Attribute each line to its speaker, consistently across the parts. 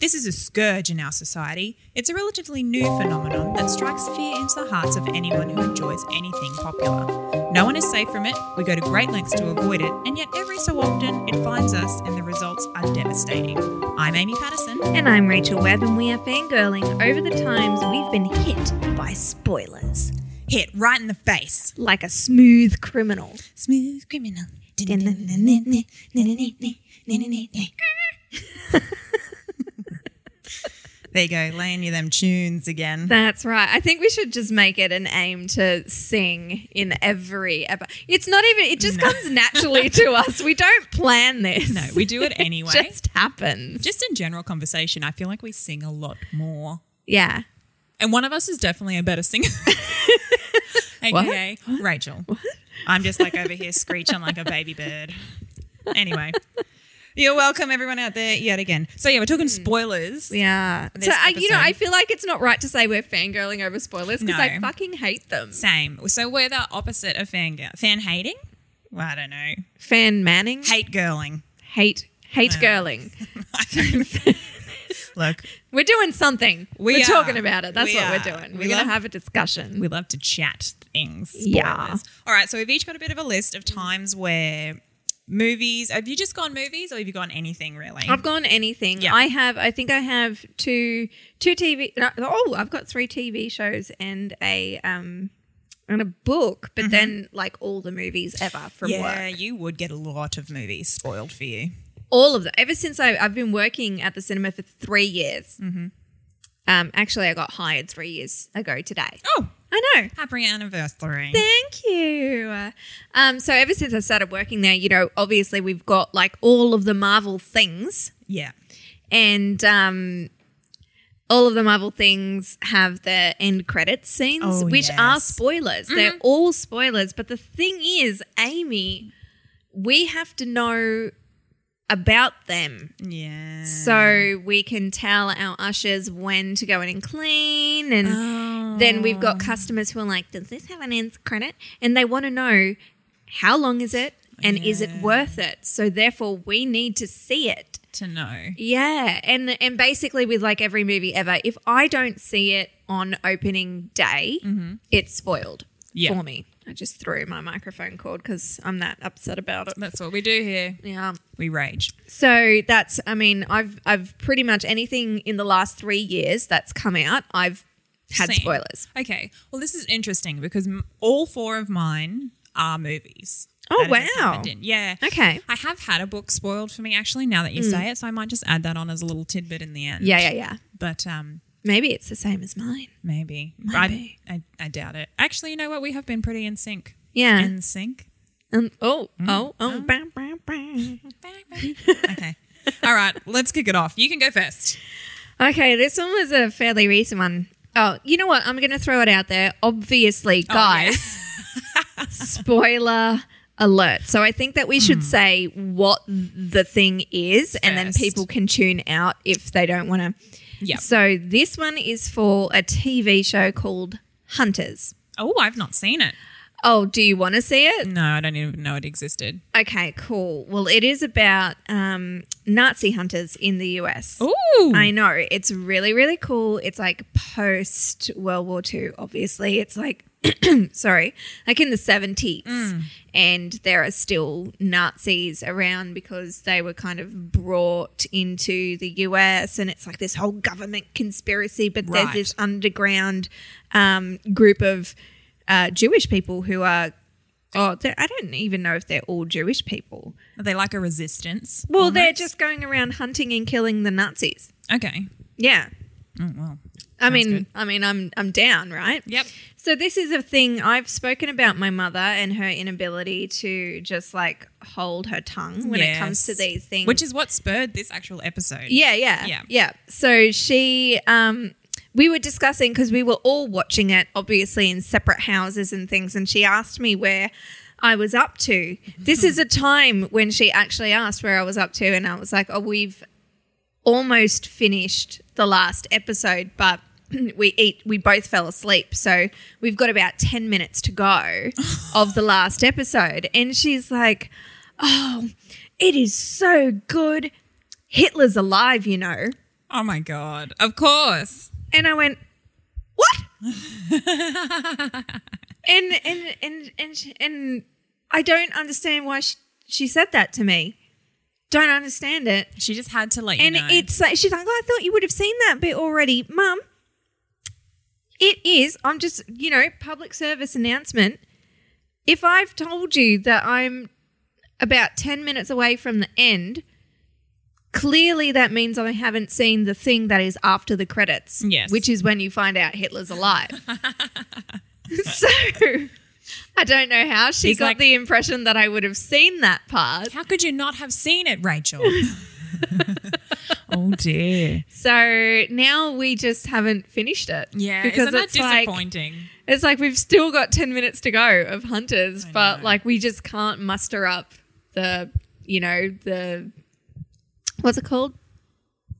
Speaker 1: This is a scourge in our society. It's a relatively new phenomenon that strikes fear into the hearts of anyone who enjoys anything popular. No one is safe from it, we go to great lengths to avoid it, and yet every so often it finds us and the results are devastating. I'm Amy Patterson.
Speaker 2: And I'm Rachel Webb, and we are fangirling over the times we've been hit by spoilers.
Speaker 1: Hit right in the face.
Speaker 2: Like a smooth criminal.
Speaker 1: Smooth criminal. There you go, laying you them tunes again.
Speaker 2: That's right. I think we should just make it an aim to sing in every episode. It's not even, it just comes naturally to us. We don't plan this.
Speaker 1: No, we do it anyway.
Speaker 2: It just happens.
Speaker 1: Just in general conversation, I feel like we sing a lot more.
Speaker 2: yeah.
Speaker 1: And one of us is definitely a better singer. AKA Rachel. I'm just like over here screeching like a baby bird. Anyway. You're welcome, everyone out there, yet again. So yeah, we're talking spoilers.
Speaker 2: Yeah.
Speaker 1: This
Speaker 2: So, I, you know,
Speaker 1: episode.
Speaker 2: I feel like it's not right to say we're fangirling over spoilers because I
Speaker 1: No.
Speaker 2: fucking hate them.
Speaker 1: Same. So we're the opposite of fan fan hating. Well, I don't know.
Speaker 2: Fan Manning.
Speaker 1: Hate girling.
Speaker 2: hate hate girling.
Speaker 1: Look,
Speaker 2: We're doing something.
Speaker 1: We
Speaker 2: We are
Speaker 1: are.
Speaker 2: talking about it. That's
Speaker 1: We
Speaker 2: what
Speaker 1: are.
Speaker 2: we're doing.
Speaker 1: We
Speaker 2: We're gonna
Speaker 1: love-
Speaker 2: have a discussion.
Speaker 1: we love to chat things. Spoilers.
Speaker 2: Yeah.
Speaker 1: All right. So we've each got a bit of a list of times where movies. Have you just gone movies, or have you gone anything really?
Speaker 2: I've gone anything.
Speaker 1: Yeah.
Speaker 2: I have. I think I have two two TV. no, Oh, I've got three TV shows and a um and a book. But then like all the movies ever from
Speaker 1: Mm-hmm. yeah,
Speaker 2: work,
Speaker 1: you would get a lot of movies spoiled for you.
Speaker 2: all of them. Ever since I, I've been working at the cinema for three years.
Speaker 1: Mm-hmm.
Speaker 2: Um, actually, I got hired three years ago today.
Speaker 1: Oh,
Speaker 2: I know.
Speaker 1: happy anniversary!
Speaker 2: Thank you. Um, so ever since I started working there, you know, obviously we've got like all of the Marvel things,
Speaker 1: Yeah,
Speaker 2: and um, all of the Marvel things have their end credit scenes,
Speaker 1: Oh,
Speaker 2: which
Speaker 1: yes.
Speaker 2: are
Speaker 1: Mm-hmm.
Speaker 2: spoilers. They're all spoilers. But the thing is, Amy, we have to know about them
Speaker 1: yeah.
Speaker 2: so we can tell our ushers when to go in and clean and then we've
Speaker 1: Oh.
Speaker 2: got customers who are like does this have an end credit and they want to know how long is it and is it worth it so therefore we need to see it
Speaker 1: to know.
Speaker 2: yeah and and basically with like every movie ever if i don't see it on opening day it's spoiled
Speaker 1: Mm-hmm. Yeah.
Speaker 2: for me i just threw my microphone cord because i'm that upset about it
Speaker 1: That's what we do here.
Speaker 2: yeah
Speaker 1: We rage.
Speaker 2: so that's I mean, I've I've pretty much anything in the last three years that's come out, I've had
Speaker 1: Same.
Speaker 2: spoilers.
Speaker 1: Okay. Well, this is interesting because m- all four of mine are movies.
Speaker 2: Oh,
Speaker 1: that it has
Speaker 2: wow.
Speaker 1: happened in. Yeah.
Speaker 2: Okay. Hmm.
Speaker 1: I have had a book spoiled for me actually. Now that you say it, so I might just add that on as a little tidbit in the end.
Speaker 2: Yeah, yeah, yeah.
Speaker 1: But um,
Speaker 2: Maybe it's the same as mine.
Speaker 1: maybe.
Speaker 2: Maybe.
Speaker 1: I, I I doubt it. Actually, you know what? We have been pretty in sync.
Speaker 2: Yeah.
Speaker 1: In sync.
Speaker 2: Um, oh, oh, oh, bah, bah, bah.
Speaker 1: okay. All right. Let's kick it off. You can go first.
Speaker 2: Okay, this one was a fairly recent one. Oh, you know what? I'm going to throw it out there. Obviously, guys, spoiler alert. So I think that we should say what the thing is, and then
Speaker 1: First.
Speaker 2: people can tune out if they don't want to.
Speaker 1: Yeah.
Speaker 2: So this one is for a TV show called Hunters.
Speaker 1: Oh, I've not seen it.
Speaker 2: Oh, do you want to see it?
Speaker 1: No, I don't even know it existed.
Speaker 2: Okay, cool. Well, it is about um, Nazi hunters in the US.
Speaker 1: Ooh.
Speaker 2: I know. It's really, really cool. It's like post World War II, obviously. It's like, sorry, like in the 70s.
Speaker 1: Mm.
Speaker 2: And there are still Nazis around because they were kind of brought into the US. And it's like this whole government conspiracy, but
Speaker 1: Right.
Speaker 2: there's this underground um, group of uh, Jewish people who are. Oh, they're- I don't even know if they're all Jewish people.
Speaker 1: Are they like a resistance?
Speaker 2: Well, they're
Speaker 1: almost?
Speaker 2: just going around hunting and killing the Nazis.
Speaker 1: Okay.
Speaker 2: Yeah.
Speaker 1: Oh, well.
Speaker 2: I mean,
Speaker 1: good.
Speaker 2: I mean, I'm I'm down, right?
Speaker 1: Yep.
Speaker 2: So this is a thing I've spoken about my mother and her inability to just like hold her tongue when it comes to
Speaker 1: Yes.
Speaker 2: these things.
Speaker 1: Which is what spurred this actual episode.
Speaker 2: Yeah, yeah,
Speaker 1: Yeah.
Speaker 2: So she, um, we were discussing because we were all watching it, obviously in separate houses and things, and she asked me where I was up to. This is a time when she actually asked where I was up to, and I was like, "Oh, we've almost finished the last episode, but." We eat. We both fell asleep, so we've got about ten minutes to go of the last episode. And she's like, "Oh, it is so good. Hitler's alive, you know.
Speaker 1: Oh my God. Of course.
Speaker 2: And I went, what? and and and and sh- and I don't understand why she, she said that to me. Don't understand it.
Speaker 1: She just had to let you
Speaker 2: And
Speaker 1: know.
Speaker 2: it's like she's like, oh, I thought you would have seen that bit already, Mum. It is. I'm just, you know, public service announcement. If I've told you that I'm about ten minutes away from the end, clearly that means I haven't seen the thing that is after the credits.
Speaker 1: Yes.
Speaker 2: which is when you find out Hitler's alive. so. I don't know how she
Speaker 1: He's
Speaker 2: got
Speaker 1: like-
Speaker 2: the impression that I would have seen that part.
Speaker 1: How could you not have seen it, Rachel? oh dear.
Speaker 2: So now we just haven't finished it.
Speaker 1: Yeah,
Speaker 2: because
Speaker 1: isn't that
Speaker 2: it's like
Speaker 1: disappointing?
Speaker 2: it's like we've still got ten minutes to go of hunters, but like we just can't muster up the you know the what's it called?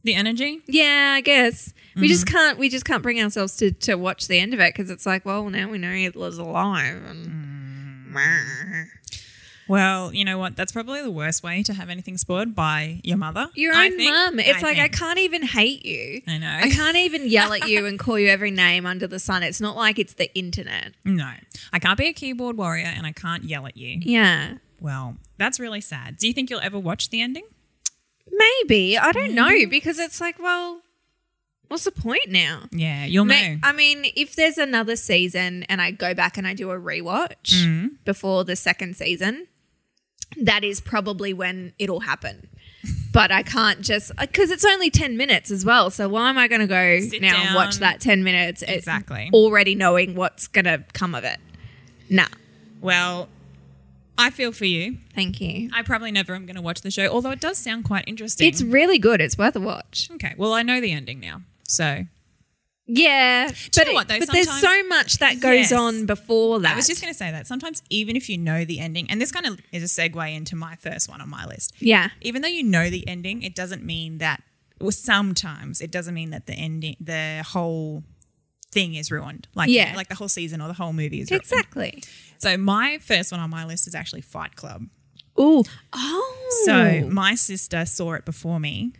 Speaker 1: the energy?
Speaker 2: Yeah, I guess we just
Speaker 1: Mm-hmm.
Speaker 2: can't we just can't bring ourselves to to watch the end of it because it's like well now we know Hitler's alive
Speaker 1: Mm.
Speaker 2: and.
Speaker 1: Well, you know what? That's probably the worst way to have anything spoiled by your mother.
Speaker 2: Your
Speaker 1: I
Speaker 2: own
Speaker 1: think.
Speaker 2: mum. It's like I
Speaker 1: think.
Speaker 2: can't even hate you.
Speaker 1: I know.
Speaker 2: I can't even yell at you and call you every name under the sun. It's not like it's the internet.
Speaker 1: No, I can't be a keyboard warrior and I can't yell at you.
Speaker 2: Yeah.
Speaker 1: Well, that's really sad. Do you think you'll ever watch the ending?
Speaker 2: Maybe. I don't know
Speaker 1: Mm-hmm.
Speaker 2: because it's like, well, what's the point now?
Speaker 1: Yeah, you'll
Speaker 2: Ma-
Speaker 1: know.
Speaker 2: I mean, if there's another season and I go back and I do a rewatch
Speaker 1: Mm-hmm.
Speaker 2: before the second season, that is probably when it'll happen. But I can't just because it's only ten minutes as well. So why am I going to go
Speaker 1: Sit
Speaker 2: now and watch
Speaker 1: down.
Speaker 2: that ten minutes? uh,
Speaker 1: Exactly.
Speaker 2: Already knowing what's going to come of it. Nah,
Speaker 1: well, I feel for you.
Speaker 2: thank you.
Speaker 1: I probably never am going to watch the show, although it does sound quite interesting.
Speaker 2: It's really good. It's worth a watch.
Speaker 1: okay. Well, I know the ending now. So
Speaker 2: Yeah,
Speaker 1: you
Speaker 2: but,
Speaker 1: know
Speaker 2: it-
Speaker 1: what, though?
Speaker 2: but there's so
Speaker 1: Sometimes-
Speaker 2: much that goes
Speaker 1: Yes.
Speaker 2: on before that.
Speaker 1: I was just going to say that sometimes, even if you know the ending, and this kind of is a segue into my first one on my list.
Speaker 2: yeah,
Speaker 1: Even though you know the ending, it doesn't mean that. Well, sometimes it doesn't mean that the ending, the whole thing is ruined. Like,
Speaker 2: Yeah.
Speaker 1: like the whole season or the whole movie is ruined.
Speaker 2: exactly.
Speaker 1: So my first one on my list is actually Fight Club.
Speaker 2: Ooh, oh,
Speaker 1: So my sister saw it before me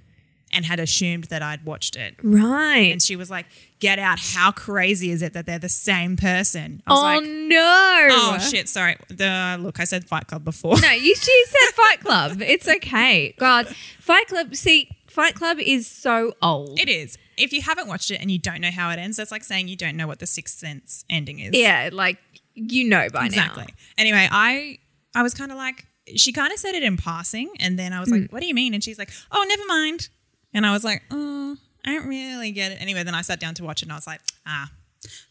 Speaker 1: and had assumed that I'd watched it.
Speaker 2: right.
Speaker 1: And she was like, "Get out! How crazy is it that they're the same person?" I was
Speaker 2: oh
Speaker 1: like,
Speaker 2: no!
Speaker 1: "Oh shit! Sorry. The, look, I said Fight Club before.
Speaker 2: No, you she said Fight Club. It's okay. God, Fight Club. See, Fight Club is so old.
Speaker 1: It is. If you haven't watched it and you don't know how it ends, that's like saying you don't know what the Sixth Sense ending is.
Speaker 2: Yeah, like you know by
Speaker 1: exactly.
Speaker 2: now.
Speaker 1: Anyway, I I was kind of like, she kind of said it in passing, and then I was
Speaker 2: Mm.
Speaker 1: like, "What do you mean?" And she's like, "Oh, never mind." And I was like, "Oh, I don't really get it." Anyway, then I sat down to watch it, and I was like, "Ah."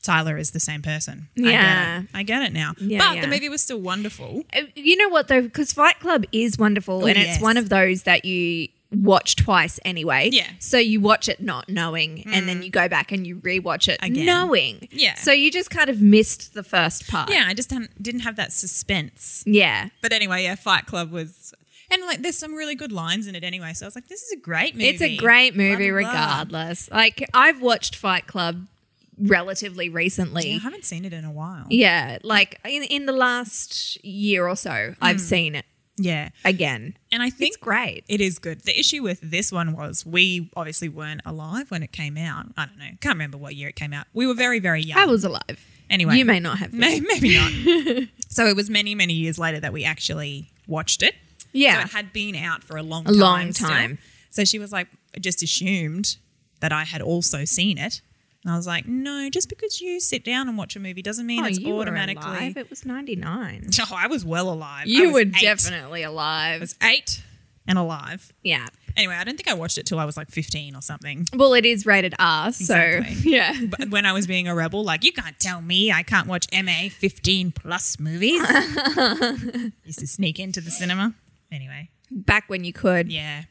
Speaker 1: Tyler is the same person.
Speaker 2: Yeah.
Speaker 1: I get it. I get it now.
Speaker 2: Yeah,
Speaker 1: but
Speaker 2: yeah.
Speaker 1: the movie was still wonderful.
Speaker 2: Uh, You know what though? Because Fight Club is wonderful,
Speaker 1: Oh,
Speaker 2: and
Speaker 1: yes.
Speaker 2: it's one of those that you watch twice anyway.
Speaker 1: Yeah. Mm.
Speaker 2: So you watch it not knowing, and then you go back and you rewatch it
Speaker 1: Again.
Speaker 2: knowing.
Speaker 1: Yeah.
Speaker 2: So you just kind of missed the first part.
Speaker 1: Yeah, I just didn't, didn't have that suspense.
Speaker 2: Yeah.
Speaker 1: But anyway, yeah, Fight Club was, and like, there's some really good lines in it anyway. So I was like, this is a great movie.
Speaker 2: It's a great movie,
Speaker 1: Blah, blah, blah.
Speaker 2: regardless. Like I've watched Fight Club relatively recently.
Speaker 1: I haven't seen it in a while.
Speaker 2: Yeah, like in in the last year or so, I've seen it
Speaker 1: Yeah.
Speaker 2: again.
Speaker 1: And I think
Speaker 2: It's great.
Speaker 1: Mm. It is good. The issue with this one was we obviously weren't alive when it came out. I don't know. Can't remember what year it came out. We were very, very young.
Speaker 2: I was alive.
Speaker 1: anyway,
Speaker 2: You may not have. Been.
Speaker 1: May- maybe not. so it was many, many years later that we actually watched it. So
Speaker 2: Yeah.
Speaker 1: it had been out for a long
Speaker 2: A
Speaker 1: time.
Speaker 2: long
Speaker 1: still.
Speaker 2: time.
Speaker 1: So she was like, I just assumed that I had also seen it. And I was like, no, just because you sit down and watch a movie doesn't mean
Speaker 2: Oh,
Speaker 1: it's
Speaker 2: you were
Speaker 1: automatically.
Speaker 2: alive. It was ninety nine.
Speaker 1: Oh, I was well alive. I
Speaker 2: You
Speaker 1: was
Speaker 2: were
Speaker 1: eight.
Speaker 2: definitely
Speaker 1: I
Speaker 2: alive.
Speaker 1: was eight and alive.
Speaker 2: Yeah.
Speaker 1: Anyway, I don't think I watched it till I was like 15 or something.
Speaker 2: Well, it is rated R, so
Speaker 1: Exactly.
Speaker 2: yeah.
Speaker 1: But when I was being a rebel, like, you can't tell me I can't watch MA 15 plus movies. Used to sneak into the cinema. Anyway,
Speaker 2: Back when you could.
Speaker 1: yeah,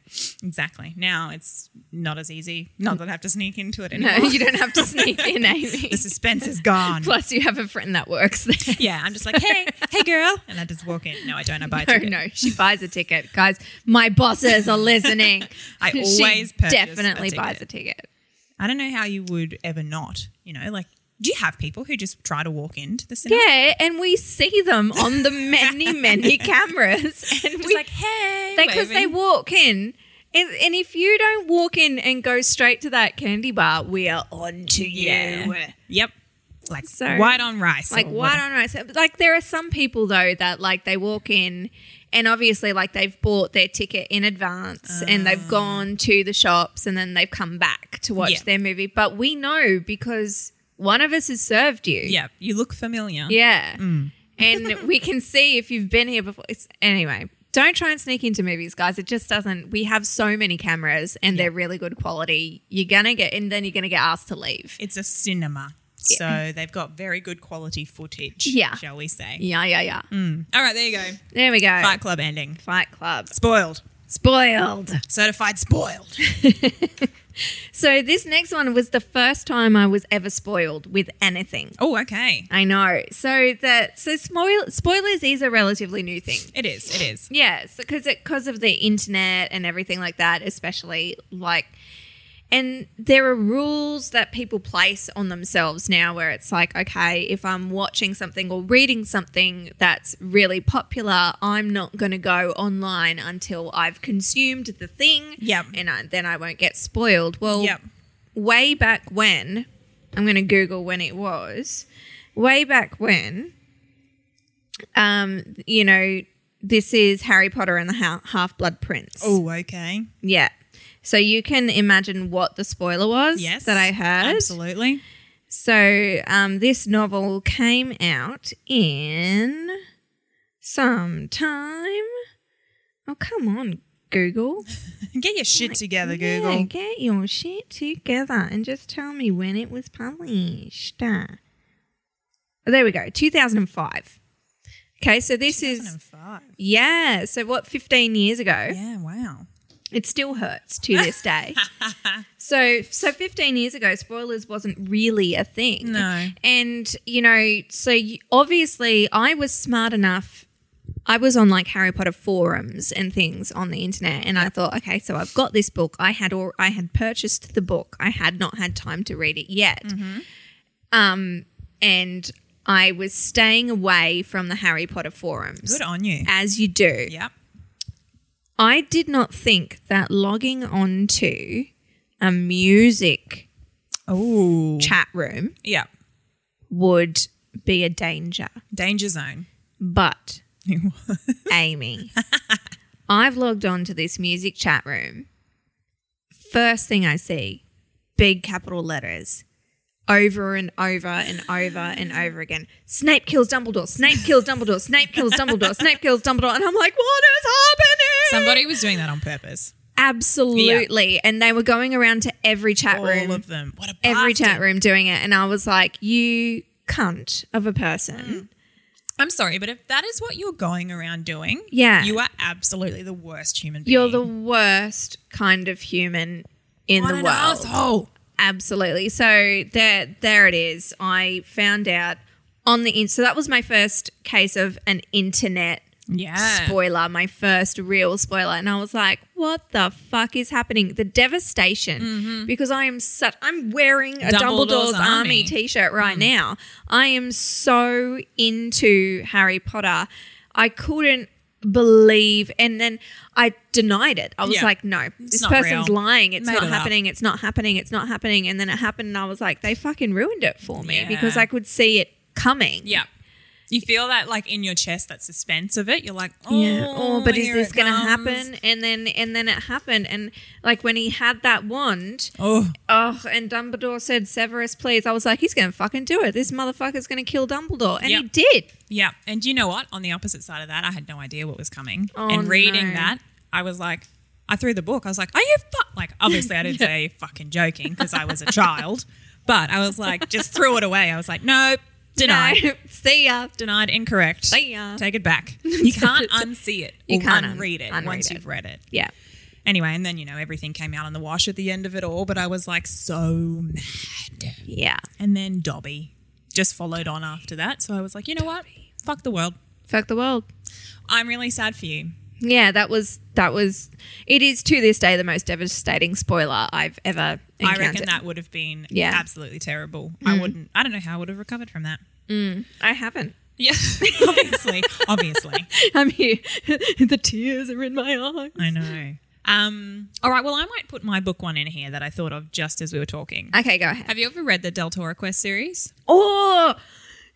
Speaker 1: exactly. Now it's not as easy. Not that I have to sneak into it
Speaker 2: No,
Speaker 1: anymore.
Speaker 2: you don't have to sneak in, Amy.
Speaker 1: the suspense is gone.
Speaker 2: Plus, you have a friend that works there.
Speaker 1: Yeah, I'm just like, hey, hey, girl. And I just walk in. No, I don't. I buy a
Speaker 2: No,
Speaker 1: ticket.
Speaker 2: Oh, no, she buys a ticket, guys. My bosses are listening.
Speaker 1: I
Speaker 2: She
Speaker 1: always purchase a
Speaker 2: definitely
Speaker 1: ticket.
Speaker 2: buys a ticket.
Speaker 1: I don't know how you would ever not, you know, like, do you have people who just try to walk into the cinema?
Speaker 2: Yeah, and we see them on the many, many cameras, and
Speaker 1: Just
Speaker 2: we
Speaker 1: like, hey.
Speaker 2: because they
Speaker 1: waving.
Speaker 2: walk in. And, and if you don't walk in and go straight to that candy bar, we are on to you.
Speaker 1: Yeah. Yep. Like
Speaker 2: So-
Speaker 1: white on rice.
Speaker 2: Like,
Speaker 1: or
Speaker 2: why
Speaker 1: whatever.
Speaker 2: don't I? say- Like, there are some people, though, that like they walk in and obviously, like, they've bought their ticket in advance and they've gone to the shops and then they've come back to watch
Speaker 1: Ah. Yeah.
Speaker 2: their movie. But we know because one of us has served you.
Speaker 1: Yeah, you look familiar.
Speaker 2: Yeah. and we can see if you've been here before. It's, anyway, don't try and sneak into movies, guys. It just doesn't. We have so many cameras and they're really good quality. You're going to get, and then you're going to get asked to leave.
Speaker 1: It's a cinema. So they've got very good quality footage.
Speaker 2: Yeah.
Speaker 1: Shall we say?
Speaker 2: Yeah, yeah, yeah.
Speaker 1: All right, there you go.
Speaker 2: There we go.
Speaker 1: Fight Club ending.
Speaker 2: Fight Club.
Speaker 1: Spoiled.
Speaker 2: Spoiled.
Speaker 1: Certified spoiled.
Speaker 2: So this next one was the first time I was ever spoiled with anything.
Speaker 1: oh, okay.
Speaker 2: I know. So that so spoil, spoilers is a relatively new thing.
Speaker 1: It is. It is.
Speaker 2: Yes, because because of the internet and everything like that, especially like, and there are rules that people place on themselves now, where it's like, okay, if I'm watching something or reading something that's really popular, I'm not going to go online until I've consumed the thing.
Speaker 1: Yep.
Speaker 2: and I, then I won't get spoiled. Well,
Speaker 1: Yep.
Speaker 2: way back when, I'm going to Google when it was, way back when, um, you know, this is Harry Potter and the ha- Half Blood Prince.
Speaker 1: Oh, okay.
Speaker 2: Yeah. So you can imagine what the spoiler was
Speaker 1: Yes.
Speaker 2: that I heard.
Speaker 1: Absolutely.
Speaker 2: So um, this novel came out in sometime. Oh, come on, Google.
Speaker 1: Get
Speaker 2: Oh
Speaker 1: your shit together,
Speaker 2: Yeah,
Speaker 1: Google.
Speaker 2: get your shit together and just tell me when it was published. Uh, there we go, 2005. Okay, so this is,
Speaker 1: 2005.
Speaker 2: yeah, so what, 15 years ago?
Speaker 1: Yeah, wow.
Speaker 2: It still hurts to this day. so, so 15 years ago, spoilers wasn't really a thing.
Speaker 1: No.
Speaker 2: And, you know, so you, obviously I was smart enough. I was on like Harry Potter forums and things on the internet and I thought, okay, so I've got this book. I had or I had purchased the book. I had not had time to read it yet.
Speaker 1: Mm-hmm.
Speaker 2: Um and I was staying away from the Harry Potter forums.
Speaker 1: Good on you.
Speaker 2: As you do.
Speaker 1: Yep.
Speaker 2: I did not think that logging on to a music
Speaker 1: Oh.
Speaker 2: chat room
Speaker 1: Yep.
Speaker 2: would be a danger.
Speaker 1: Danger zone.
Speaker 2: But, Amy, I've logged on to this music chat room. First thing I see, big capital letters. Over and over and over and over again. Snape kills Dumbledore. Snape kills Dumbledore. Snape kills Dumbledore. Snape kills Dumbledore. And I'm like, what is happening?
Speaker 1: Somebody was doing that on purpose.
Speaker 2: Absolutely. And they were going around to every chat room,
Speaker 1: All of them. What a
Speaker 2: every
Speaker 1: bastard.
Speaker 2: chat room doing it. And I was like, you cunt of a
Speaker 1: Mm-hmm.
Speaker 2: person.
Speaker 1: I'm sorry, but if that is what you're going around doing,
Speaker 2: Yeah.
Speaker 1: you are absolutely the worst human being.
Speaker 2: You're the worst kind of human in
Speaker 1: What
Speaker 2: the
Speaker 1: an
Speaker 2: world.
Speaker 1: asshole.
Speaker 2: Absolutely. So there, there it is. I found out on the in. So that was my first case of an internet
Speaker 1: Yeah.
Speaker 2: spoiler, my first real spoiler. And I was like, what the fuck is happening? The devastation because I am such, I'm wearing a
Speaker 1: Mm-hmm. Dumbledore's
Speaker 2: Dumbledore's, Army,
Speaker 1: Army. Mm.
Speaker 2: t shirt right now. I am so into Harry Potter. I couldn't believe. And then I denied it. I was
Speaker 1: Yeah.
Speaker 2: like, no, this
Speaker 1: not
Speaker 2: person's
Speaker 1: real.
Speaker 2: lying. It's
Speaker 1: Made
Speaker 2: not
Speaker 1: it up.
Speaker 2: happening. It's not happening. It's not happening. And then it happened. And I was like, they fucking ruined it for me
Speaker 1: Yeah.
Speaker 2: because I could see it coming.
Speaker 1: Yeah. You feel that like in your chest, that suspense of it. You're like, oh,
Speaker 2: Yeah. Oh, but is
Speaker 1: here
Speaker 2: this
Speaker 1: it
Speaker 2: going to
Speaker 1: comes."
Speaker 2: happen? And then and then it happened. And like when he had that wand,
Speaker 1: Oh,
Speaker 2: oh, and Dumbledore said, "Severus, please." I was like, he's going to fucking do it. This motherfucker's going to kill Dumbledore, and he
Speaker 1: Yep.
Speaker 2: did.
Speaker 1: yeah. And you know what? On the opposite side of that, I had no idea what was coming.
Speaker 2: Oh,
Speaker 1: and reading
Speaker 2: no.
Speaker 1: that, I was like, I threw the book. I was like, "Are you fu-? like?" Obviously, I didn't say "Are you fucking joking" because I was a child, but I was like, just threw it away. I was like, "Nope, denied,
Speaker 2: No. See ya.
Speaker 1: denied, incorrect.
Speaker 2: See ya.
Speaker 1: Take it back. You can't unsee it.
Speaker 2: You
Speaker 1: or
Speaker 2: can't un-
Speaker 1: unread it
Speaker 2: unread
Speaker 1: once
Speaker 2: it.
Speaker 1: you've read it."
Speaker 2: Yeah.
Speaker 1: Anyway, and then you know everything came out in the wash at the end of it all, but I was like so mad.
Speaker 2: Yeah.
Speaker 1: And then Dobby just followed on after that, so I was like, you know what? Fuck the world.
Speaker 2: Fuck the world.
Speaker 1: I'm really sad for you.
Speaker 2: Yeah, that was that was it is to this day the most devastating spoiler I've ever encountered.
Speaker 1: I reckon that would have been
Speaker 2: Yeah. Mm.
Speaker 1: absolutely terrible. I wouldn't. I don't know how I would have recovered from that.
Speaker 2: I haven't.
Speaker 1: Yeah, obviously, obviously.
Speaker 2: I'm here. the tears are in my eyes.
Speaker 1: I know. Um, all right. Well, I might put my book one in here that I thought of just as we were talking.
Speaker 2: Okay, go ahead.
Speaker 1: Have you ever read the Del Toro Quest series?
Speaker 2: Oh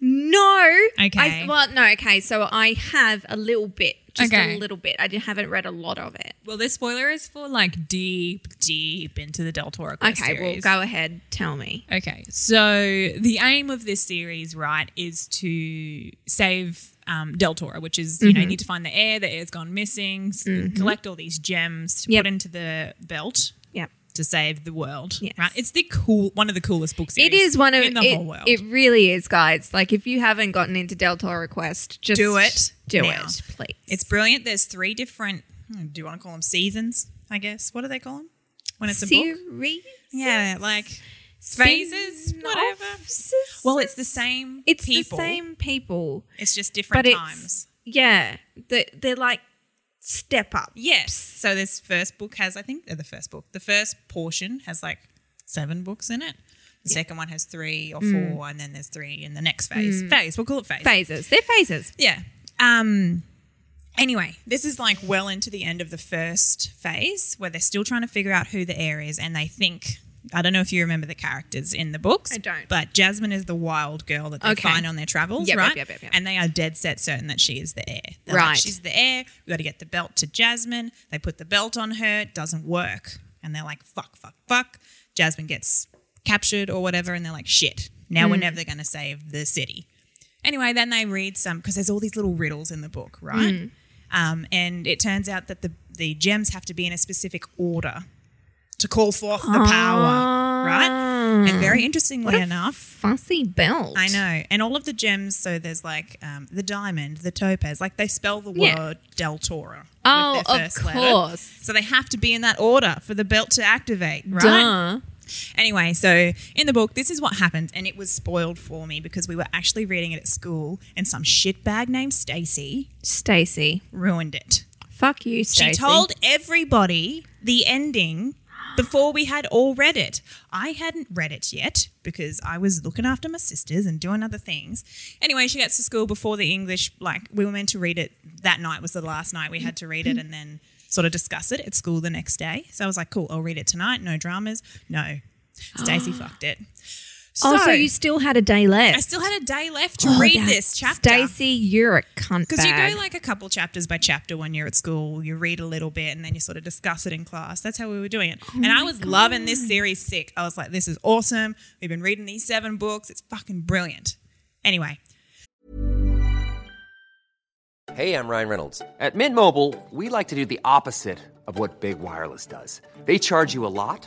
Speaker 2: no.
Speaker 1: Okay.
Speaker 2: I, well, no. Okay. So I have a little bit, just
Speaker 1: Okay.
Speaker 2: a little bit. I didn't- haven't read a lot of it.
Speaker 1: Well, this spoiler is for like deep, deep into the Del Toro Quest
Speaker 2: Okay.
Speaker 1: series.
Speaker 2: Well, go ahead. Tell me.
Speaker 1: Okay, so the aim of this series, right, is to save um, Del Toro, which is you know
Speaker 2: Mm-hmm.
Speaker 1: you need to find the heir. The heir's gone missing. s- Collect all these gems to
Speaker 2: Yep.
Speaker 1: put into the belt
Speaker 2: Yeah.
Speaker 1: to save the world.
Speaker 2: Yes.
Speaker 1: Right, it's the cool one of the coolest books.
Speaker 2: It is one of
Speaker 1: in the
Speaker 2: it,
Speaker 1: whole world.
Speaker 2: It really is, guys. Like if you haven't gotten into Del Toro Request, just
Speaker 1: Do it
Speaker 2: Do
Speaker 1: now.
Speaker 2: it, please.
Speaker 1: it's brilliant. There's three different. hmm, Do you want to call them seasons? I guess. What do they call them when it's a book?
Speaker 2: series.
Speaker 1: Yeah, like phases,
Speaker 2: Spin-offs?
Speaker 1: whatever. Well, it's the same.
Speaker 2: It's
Speaker 1: people.
Speaker 2: the same people,
Speaker 1: It's just different
Speaker 2: but it's
Speaker 1: times.
Speaker 2: yeah. They're, they're like step up.
Speaker 1: Yes. So this first book has, I think, uh, the first book, the first portion has like seven books in it. The second one has three or
Speaker 2: Mm.
Speaker 1: four, and then there's three in the next phase. Phase, we'll call it phase.
Speaker 2: Phases. They're phases.
Speaker 1: Yeah. Um. Anyway, this is like well into the end of the first phase where they're still trying to figure out who the heir is, and they think. I don't know if you remember the characters in the books.
Speaker 2: I don't.
Speaker 1: But Jasmine is the wild girl that they
Speaker 2: Okay.
Speaker 1: find on their travels,
Speaker 2: Yep, yep,
Speaker 1: right?
Speaker 2: yep, yep, yep.
Speaker 1: And they are dead set certain that she is the heir. They're like,
Speaker 2: Right.
Speaker 1: She's the heir. We got to get the belt to Jasmine. They put the belt on her. It doesn't work. And they're like, fuck, fuck, fuck. Jasmine gets captured or whatever. And they're like, shit. Now we're never going to save the city. Anyway, then they read some because there's all these little riddles in the book, right? Um, and it turns out that the the gems have to be in a specific order to call forth the power, right? And very interestingly enough,
Speaker 2: Fussy belt.
Speaker 1: I know. And all of the gems, so there's like um, the diamond, the topaz, like they spell the word
Speaker 2: Yeah.
Speaker 1: Del Toro.
Speaker 2: Oh,
Speaker 1: with
Speaker 2: of
Speaker 1: their first letter.
Speaker 2: course.
Speaker 1: So they have to be in that order for the belt to activate, right?
Speaker 2: Duh.
Speaker 1: Anyway, so in the book, this is what happens, and it was spoiled for me because we were actually reading it at school, and some shitbag named Stacy
Speaker 2: Stacy.
Speaker 1: ruined it.
Speaker 2: Fuck you,
Speaker 1: She
Speaker 2: Stacy.
Speaker 1: told everybody the ending before we had all read it. I hadn't read it yet because I was looking after my sisters and doing other things. Anyway, she gets to school before the English, like, we were meant to read it that night, was the last night we had to read it, and then sort of discuss it at school the next day. So I was like, cool, I'll read it tonight. No dramas. No. Stacey fucked it.
Speaker 2: Ah. Oh, so, you Oh, still had a day left.
Speaker 1: I still had a day left to read this chapter.
Speaker 2: Stacy, you're a cunt.
Speaker 1: Because you
Speaker 2: bag.
Speaker 1: go like a couple chapters by chapter when you're at school, you read a little bit and then you sort of discuss it in class. That's how we were doing it.
Speaker 2: Oh
Speaker 1: and I was loving this series sick. I was like, this is awesome. We've been reading these seven books. It's fucking brilliant. Anyway,
Speaker 3: Hey, I'm Ryan Reynolds. At Mint Mobile, we like to do the opposite of what Big Wireless does. They charge you a lot,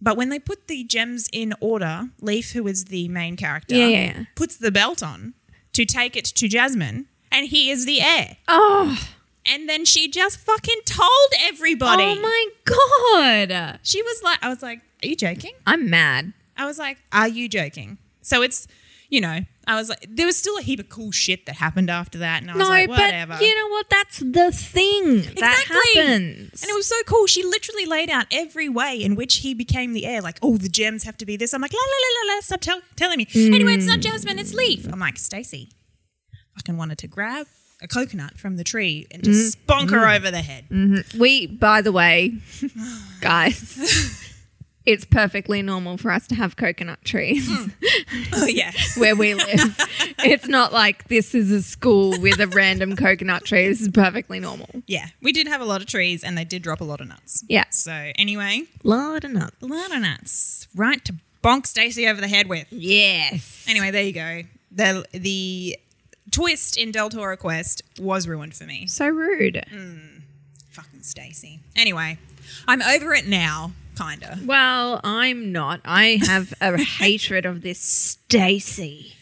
Speaker 1: But when they put the gems in order, Leaf, who is the main character,
Speaker 2: Yeah, yeah, yeah.
Speaker 1: puts the belt on to take it to Jasmine, and he is the heir.
Speaker 2: oh,
Speaker 1: And then she just fucking told everybody.
Speaker 2: oh my god,
Speaker 1: She was like, I was like, are you joking?
Speaker 2: I'm mad.
Speaker 1: I was like, "Are you joking?" So it's, you know, I was like, there was still a heap of cool shit that happened after that, and I was
Speaker 2: no,
Speaker 1: like,
Speaker 2: but
Speaker 1: whatever.
Speaker 2: you know what? That's the thing that happens.
Speaker 1: And it was so cool. She literally laid out every way in which he became the heir. Like, oh, the gems have to be this. I'm like, la la la la la. Stop tell- telling me. Anyway, it's not Jasmine. It's Leaf. I'm like, Stacey, fucking wanted to grab a coconut from the tree and just Mm. bonk her over the head.
Speaker 2: We, by the way, guys, it's perfectly normal for us to have coconut trees
Speaker 1: Oh, yeah.
Speaker 2: where we live. it's not like this is a school with a random coconut tree. This is perfectly normal.
Speaker 1: Yeah. We did have a lot of trees and they did drop a lot of nuts.
Speaker 2: Yeah.
Speaker 1: So, anyway,
Speaker 2: Lot of nuts.
Speaker 1: a lot of nuts. Right to bonk Stacey over the head with.
Speaker 2: Yes.
Speaker 1: Anyway, there you go. The, the twist in Del Toro Quest was ruined for me.
Speaker 2: So rude.
Speaker 1: Fucking Stacey. Anyway, I'm over it now, kind of.
Speaker 2: Well, I'm not. I have a hatred of this Stacy.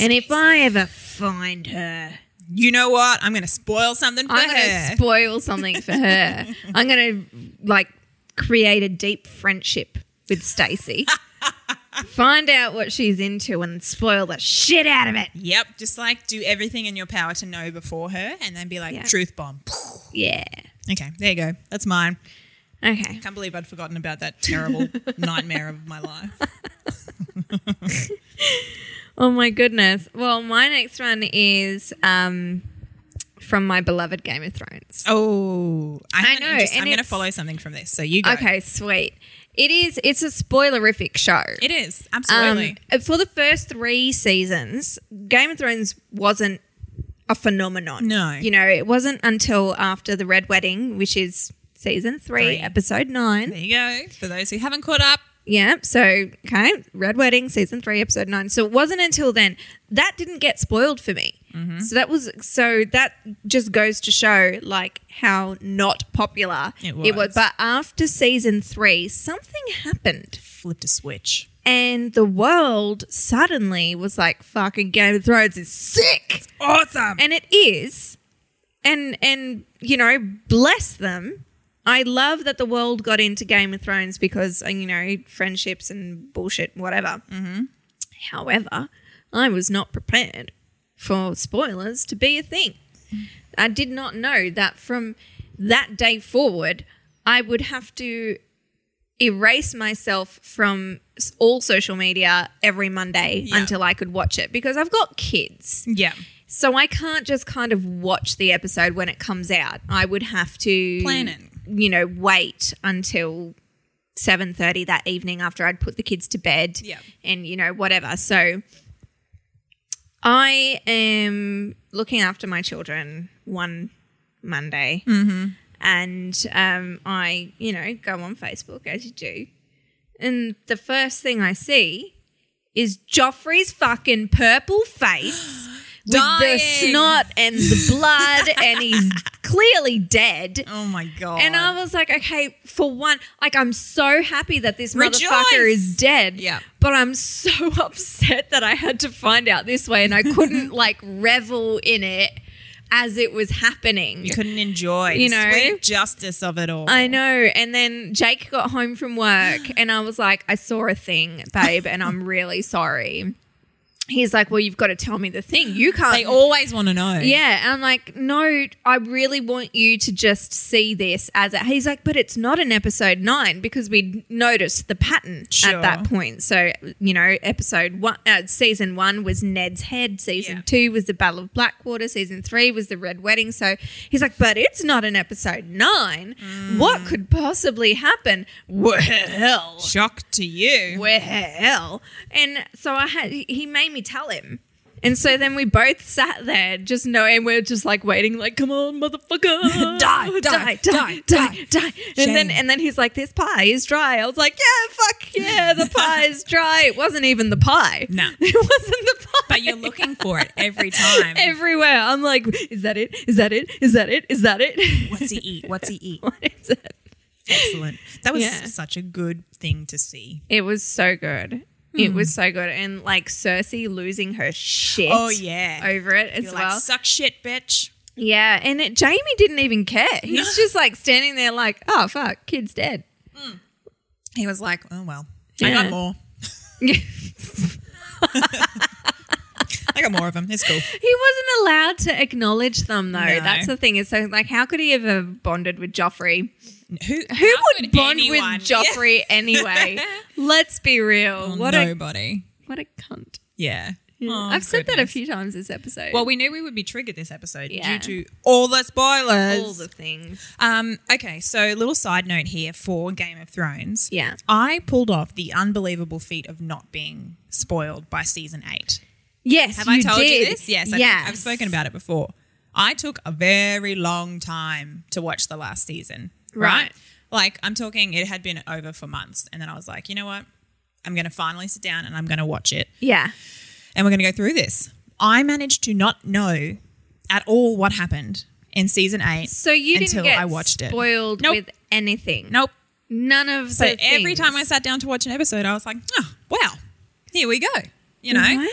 Speaker 2: And if I ever find her,
Speaker 1: You know what? I'm going to spoil something for
Speaker 2: I'm going
Speaker 1: her.
Speaker 2: to spoil something for her. I'm going to like create a deep friendship with Stacy. Find out what she's into and spoil the shit out of it.
Speaker 1: yep. Just like do everything in your power to know before her and then be like,
Speaker 2: Yeah.
Speaker 1: truth bomb.
Speaker 2: Yeah.
Speaker 1: Okay, there you go. That's mine.
Speaker 2: Okay.
Speaker 1: Can't believe I'd forgotten about that terrible nightmare of my life.
Speaker 2: Oh my goodness. Well, my next one is um, from my beloved Game of Thrones.
Speaker 1: Oh, I, have
Speaker 2: know,
Speaker 1: An interest,
Speaker 2: and
Speaker 1: I'm going to
Speaker 2: it's-
Speaker 1: follow something from this. So you go.
Speaker 2: Okay, sweet. It is. It's a spoilerific show.
Speaker 1: It is
Speaker 2: Um,
Speaker 1: absolutely.
Speaker 2: for the first three seasons, Game of Thrones wasn't a phenomenon.
Speaker 1: No.
Speaker 2: You know, it wasn't until after the Red Wedding, which is season three,
Speaker 1: Three.
Speaker 2: episode nine.
Speaker 1: there you go. For those who haven't caught up,
Speaker 2: Yeah. So, okay, Red Wedding, season three, episode nine. So it wasn't until then that didn't get spoiled for me.
Speaker 1: Mm-hmm.
Speaker 2: So that was so that just goes to show like how not popular
Speaker 1: It was.
Speaker 2: But after season three, something happened,
Speaker 1: flipped a switch.
Speaker 2: and the world suddenly was like, "Fucking Game of Thrones is sick,"
Speaker 1: Awesome.
Speaker 2: and it is, and and you know, bless them. I love that the world got into Game of Thrones because, uh, you know, friendships and bullshit, whatever. Mm-hmm. However, I was not prepared for spoilers to be a thing. I did not know that from that day forward, I would have to erase myself from s- all social media every Monday
Speaker 1: Yeah.
Speaker 2: until I could watch it because I've got kids.
Speaker 1: yeah.
Speaker 2: So I can't just kind of watch the episode when it comes out. I would have to
Speaker 1: Plan it.
Speaker 2: You know, wait until seven thirty that evening after I'd put the kids to bed.
Speaker 1: Yeah.
Speaker 2: And you know, whatever. So I am looking after my children one Monday. And um, I, you know, go on Facebook as you do. And the first thing I see is Joffrey's fucking purple face with the
Speaker 1: Dying.
Speaker 2: snot and the blood, and he's clearly dead.
Speaker 1: Oh my god.
Speaker 2: And I was like, okay, for one, like I'm so happy that this
Speaker 1: Rejoice.
Speaker 2: motherfucker is dead.
Speaker 1: Yeah.
Speaker 2: But I'm so upset that I had to find out this way and I couldn't like revel in it as it was happening.
Speaker 1: you couldn't enjoy
Speaker 2: You
Speaker 1: the
Speaker 2: know?
Speaker 1: sweet justice of it all.
Speaker 2: I know. And then Jake got home from work and I was like, I saw a thing, babe, and I'm really sorry. He's like, Well, you've got to tell me the thing. You can't
Speaker 1: they always want to know.
Speaker 2: yeah, and I'm like, no, I really want you to just see this as a. He's like, but it's not in episode nine because we noticed the pattern
Speaker 1: Sure.
Speaker 2: at that point. So you know, episode one, uh, season one was Ned's head. Season
Speaker 1: Yeah.
Speaker 2: two was the Battle of Blackwater. Season three was the Red Wedding. So he's like, but it's not in episode nine.
Speaker 1: Mm.
Speaker 2: What could possibly happen? Well,
Speaker 1: Shock to you.
Speaker 2: well, and so I had he made me tell him. And so then we both sat there just knowing we're just like waiting, like, come on, motherfucker.
Speaker 1: Die, die, die, die,
Speaker 2: And
Speaker 1: Shame.
Speaker 2: then and then he's like, This pie is dry. I was like, Yeah, fuck yeah, the pie is dry. It wasn't even the pie.
Speaker 1: No.
Speaker 2: It wasn't the pie.
Speaker 1: but you're looking for it every time.
Speaker 2: everywhere. I'm like, is that it? Is that it? Is that it? Is that it?
Speaker 1: What's he eat? What's he eat?
Speaker 2: what is it?
Speaker 1: Excellent. That was
Speaker 2: Yeah.
Speaker 1: such a good thing to see.
Speaker 2: It was so good. It was so good. And like Cersei losing her shit.
Speaker 1: Hmm. Oh, yeah.
Speaker 2: Over it as
Speaker 1: You're
Speaker 2: well.
Speaker 1: like, suck shit, bitch.
Speaker 2: yeah. And it, Jamie didn't even care. He's just like standing there like, oh fuck, kid's dead.
Speaker 1: He was like, oh, well, I
Speaker 2: Yeah.
Speaker 1: got more. I got more of them. It's cool.
Speaker 2: He wasn't allowed to acknowledge them though.
Speaker 1: No.
Speaker 2: That's the thing. Is so like how could he have uh, bonded with Joffrey?
Speaker 1: Who,
Speaker 2: Who would bond with Joffrey anyway? Let's be real.
Speaker 1: Yeah.
Speaker 2: what a
Speaker 1: Nobody.
Speaker 2: what a cunt.
Speaker 1: yeah.
Speaker 2: I've said that a
Speaker 1: Oh, goodness.
Speaker 2: few times this episode.
Speaker 1: Well, we knew we would be triggered this episode due
Speaker 2: Yeah.
Speaker 1: to all the spoilers.
Speaker 2: all the things.
Speaker 1: um, okay, so little side note here for Game of Thrones.
Speaker 2: Yeah.
Speaker 1: I pulled off the unbelievable feat of not being spoiled by season eight.
Speaker 2: Yes,
Speaker 1: Have
Speaker 2: you
Speaker 1: I told
Speaker 2: did.
Speaker 1: you this? Yes, I
Speaker 2: yes.
Speaker 1: think I've spoken about it before. I took a very long time to watch the last season, right?
Speaker 2: Right.
Speaker 1: Like, I'm talking, it had been over for months. And then I was like, you know what? I'm going to finally sit down and I'm going to watch it
Speaker 2: Yeah,
Speaker 1: and we're going to go through this. I managed to not know at all what happened in season eight.
Speaker 2: so you didn't
Speaker 1: until
Speaker 2: get
Speaker 1: I watched it.
Speaker 2: spoiled
Speaker 1: Nope.
Speaker 2: with anything.
Speaker 1: Nope.
Speaker 2: none of.
Speaker 1: So
Speaker 2: the
Speaker 1: every
Speaker 2: things.
Speaker 1: time I sat down to watch an episode, I was like, oh, wow, here we go. You know,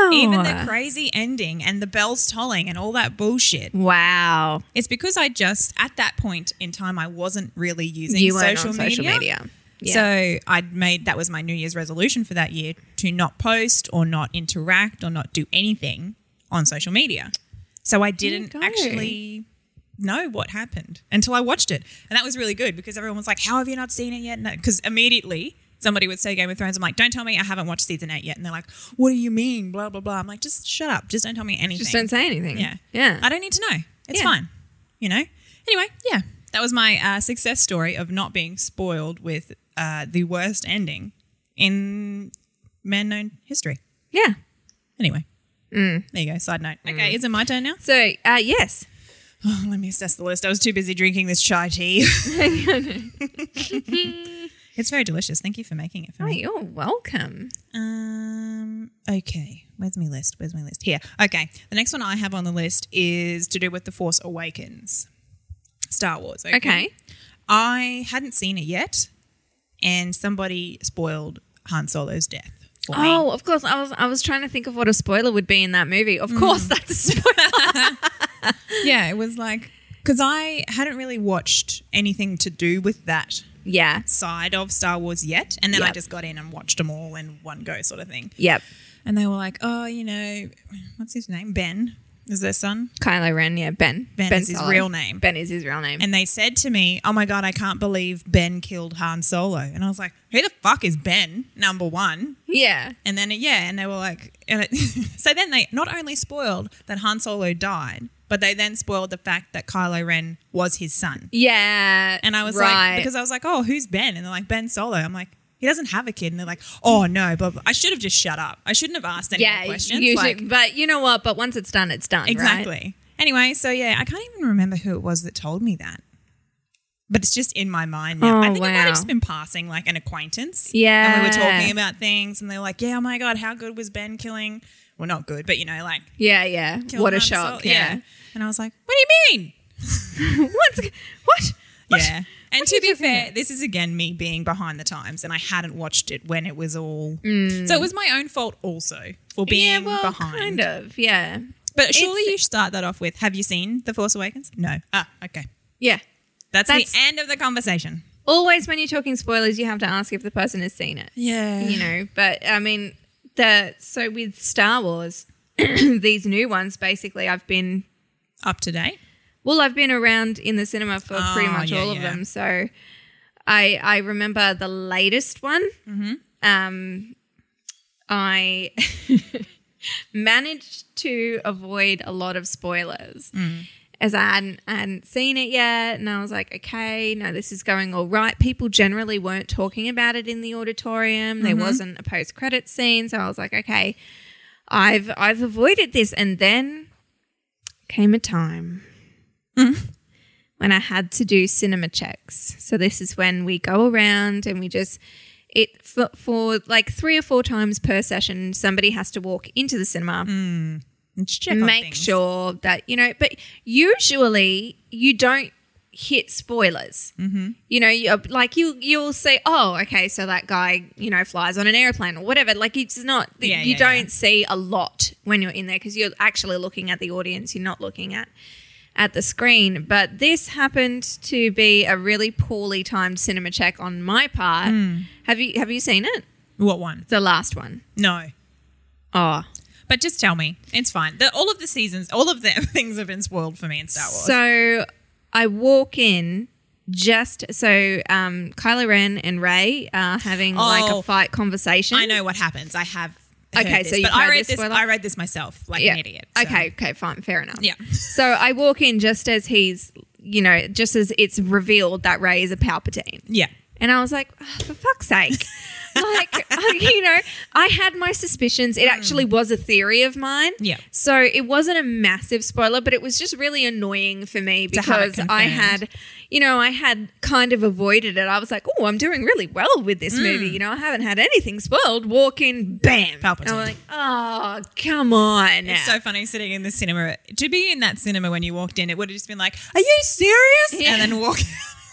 Speaker 2: Wow.
Speaker 1: even the crazy ending and the bells tolling and all that bullshit.
Speaker 2: wow.
Speaker 1: It's because I just at that point in time I wasn't really using
Speaker 2: You weren't
Speaker 1: social,
Speaker 2: on social
Speaker 1: media.
Speaker 2: media. Yeah.
Speaker 1: So I'd made that was my New Year's resolution for that year to not post or not interact or not do anything on social media. So I didn't
Speaker 2: go.
Speaker 1: actually know what happened until I watched it. And that was really good because everyone was like, How have you not seen it yet? Because immediately somebody would say Game of Thrones. I'm like, Don't tell me I haven't watched season eight yet. And they're like, What do you mean? Blah, blah, blah. I'm like, Just shut up. Just don't tell me anything.
Speaker 2: Just don't say anything.
Speaker 1: Yeah.
Speaker 2: yeah.
Speaker 1: I don't need to know. It's
Speaker 2: Yeah.
Speaker 1: fine. You know? Anyway, yeah. That was my uh, success story of not being spoiled with uh, the worst ending in man known history.
Speaker 2: yeah.
Speaker 1: Anyway.
Speaker 2: Mm.
Speaker 1: There you go. Side note. Okay. Is it my turn now?
Speaker 2: So uh, yes,
Speaker 1: Oh, let me assess the list. I was too busy drinking this chai tea. it's very delicious. Thank you for making it for
Speaker 2: oh,
Speaker 1: me.
Speaker 2: you're welcome.
Speaker 1: Um. Okay. Where's my list? Where's my list? Here. Okay. The next one I have on the list is to do with the Force Awakens, Star Wars. Okay.
Speaker 2: Okay.
Speaker 1: I hadn't seen it yet, and somebody spoiled Han Solo's death. For me.
Speaker 2: Oh, of course. I was I was trying to think of what a spoiler would be in that movie.
Speaker 1: Mm.
Speaker 2: Of course, that's a spoiler.
Speaker 1: yeah. It was like because I hadn't really watched anything to do with that
Speaker 2: yeah.
Speaker 1: side of Star Wars yet, and then I
Speaker 2: Yep.
Speaker 1: just got in and watched them all in one go, sort of thing.
Speaker 2: Yep.
Speaker 1: And they were like, "Oh, you know, what's his name? Ben is their son."
Speaker 2: Kylo Ren. Yeah. Ben.
Speaker 1: Ben is his
Speaker 2: Solo.
Speaker 1: real name.
Speaker 2: Ben is his real name.
Speaker 1: And they said to me, Oh my God, I can't believe Ben killed Han Solo. And I was like, Who the fuck is Ben? Number one.
Speaker 2: yeah.
Speaker 1: And then, yeah, and they were like, and it, So then they not only spoiled that Han Solo died, but they then spoiled the fact that Kylo Ren was his son.
Speaker 2: Yeah.
Speaker 1: And I was
Speaker 2: right.
Speaker 1: like, Because I was like, Oh, who's Ben? And they're like, Ben Solo. I'm like, He doesn't have a kid. And they're like, Oh no, but I should have just shut up. I shouldn't have asked any
Speaker 2: yeah,
Speaker 1: more questions.
Speaker 2: you
Speaker 1: Like,
Speaker 2: should, but you know what? But once it's done, it's done.
Speaker 1: Exactly.
Speaker 2: Right?
Speaker 1: Anyway, so yeah, I can't even remember who it was that told me that. But it's just in my mind now.
Speaker 2: Oh,
Speaker 1: I think it might have
Speaker 2: wow.
Speaker 1: just been passing like an acquaintance. And we were
Speaker 2: Yeah.
Speaker 1: talking about things and they're like, Yeah, oh my god, how good was Ben killing well not good, but you know, like
Speaker 2: Yeah. Yeah.
Speaker 1: killing
Speaker 2: what a
Speaker 1: Han
Speaker 2: shock.
Speaker 1: Solo-
Speaker 2: yeah.
Speaker 1: And I was like, What do you mean?
Speaker 2: What's what? What?
Speaker 1: Yeah. And to be fair, this is again me being behind the times and I hadn't watched it when it was all So it was my own fault also for being
Speaker 2: Mm. yeah, well,
Speaker 1: behind.
Speaker 2: kind of. Yeah.
Speaker 1: But surely you start that off with, Have you seen The Force Awakens? No. Ah, okay.
Speaker 2: Yeah.
Speaker 1: That's,
Speaker 2: That's-
Speaker 1: the end of the conversation.
Speaker 2: Always when you're talking spoilers, you have to ask if the person has seen it.
Speaker 1: Yeah.
Speaker 2: you know but i mean the so with star wars these new ones basically i've been
Speaker 1: Up to date.
Speaker 2: well i've been around in the cinema for pretty
Speaker 1: Oh,
Speaker 2: much
Speaker 1: yeah,
Speaker 2: all of
Speaker 1: yeah.
Speaker 2: them so i i remember the latest one
Speaker 1: Mm-hmm.
Speaker 2: um i managed to avoid a lot of spoilers
Speaker 1: Mm.
Speaker 2: as I hadn't, I hadn't seen it yet. And I was like, okay, no, this is going all right. People generally weren't talking about it in the auditorium.
Speaker 1: Mm-hmm.
Speaker 2: There wasn't a post credit scene. So I was like, okay, I've I've avoided this. And then came a time when I had to do cinema checks. So this is when we go around and we just it for, for like three or four times per session, somebody has to walk into the cinema
Speaker 1: Let's check on
Speaker 2: make
Speaker 1: things.
Speaker 2: sure that you know but usually you don't hit spoilers
Speaker 1: Mm-hmm.
Speaker 2: you know you like you you'll say oh okay so that guy you know flies on an airplane or whatever like it's not
Speaker 1: Yeah,
Speaker 2: you
Speaker 1: yeah,
Speaker 2: don't
Speaker 1: yeah.
Speaker 2: see a lot when you're in there because you're actually looking at the audience you're not looking at at the screen but this happened to be a really poorly timed cinema check on my part
Speaker 1: Hmm.
Speaker 2: have you have you seen it
Speaker 1: What one?
Speaker 2: the last one
Speaker 1: No.
Speaker 2: oh
Speaker 1: But just tell me. It's fine. The, all of the seasons, all of the things have been spoiled for me in Star Wars.
Speaker 2: So I walk in just so um, Kylo Ren and Ray are having like
Speaker 1: Oh.
Speaker 2: a fight conversation.
Speaker 1: I know what happens. I have heard
Speaker 2: Okay,
Speaker 1: this,
Speaker 2: so you've
Speaker 1: but I
Speaker 2: heard
Speaker 1: read
Speaker 2: this
Speaker 1: this.
Speaker 2: spoiler?
Speaker 1: I read this myself, like an idiot. so-
Speaker 2: Okay, okay, fine, fair enough.
Speaker 1: Yeah.
Speaker 2: So I walk in just as he's, you know, just as it's revealed that Ray is a Palpatine.
Speaker 1: Yeah.
Speaker 2: And I was like, oh, for fuck's sake. like, I- you know, I had my suspicions. It actually was a theory of mine.
Speaker 1: Mm. Yeah.
Speaker 2: So it wasn't a massive spoiler, but it was just really annoying for me
Speaker 1: have it
Speaker 2: because I had, you know, I had kind of avoided it. I was like, oh, I'm doing really well with this movie. You know, I haven't had anything spoiled. Walk in, bam.
Speaker 1: Mm. Palpatine.
Speaker 2: And I'm like, oh, come on.
Speaker 1: It's so funny sitting in the cinema. To be in that cinema when you walked in, it would have just been like, "Are you serious?"
Speaker 2: Yeah.
Speaker 1: And then walk.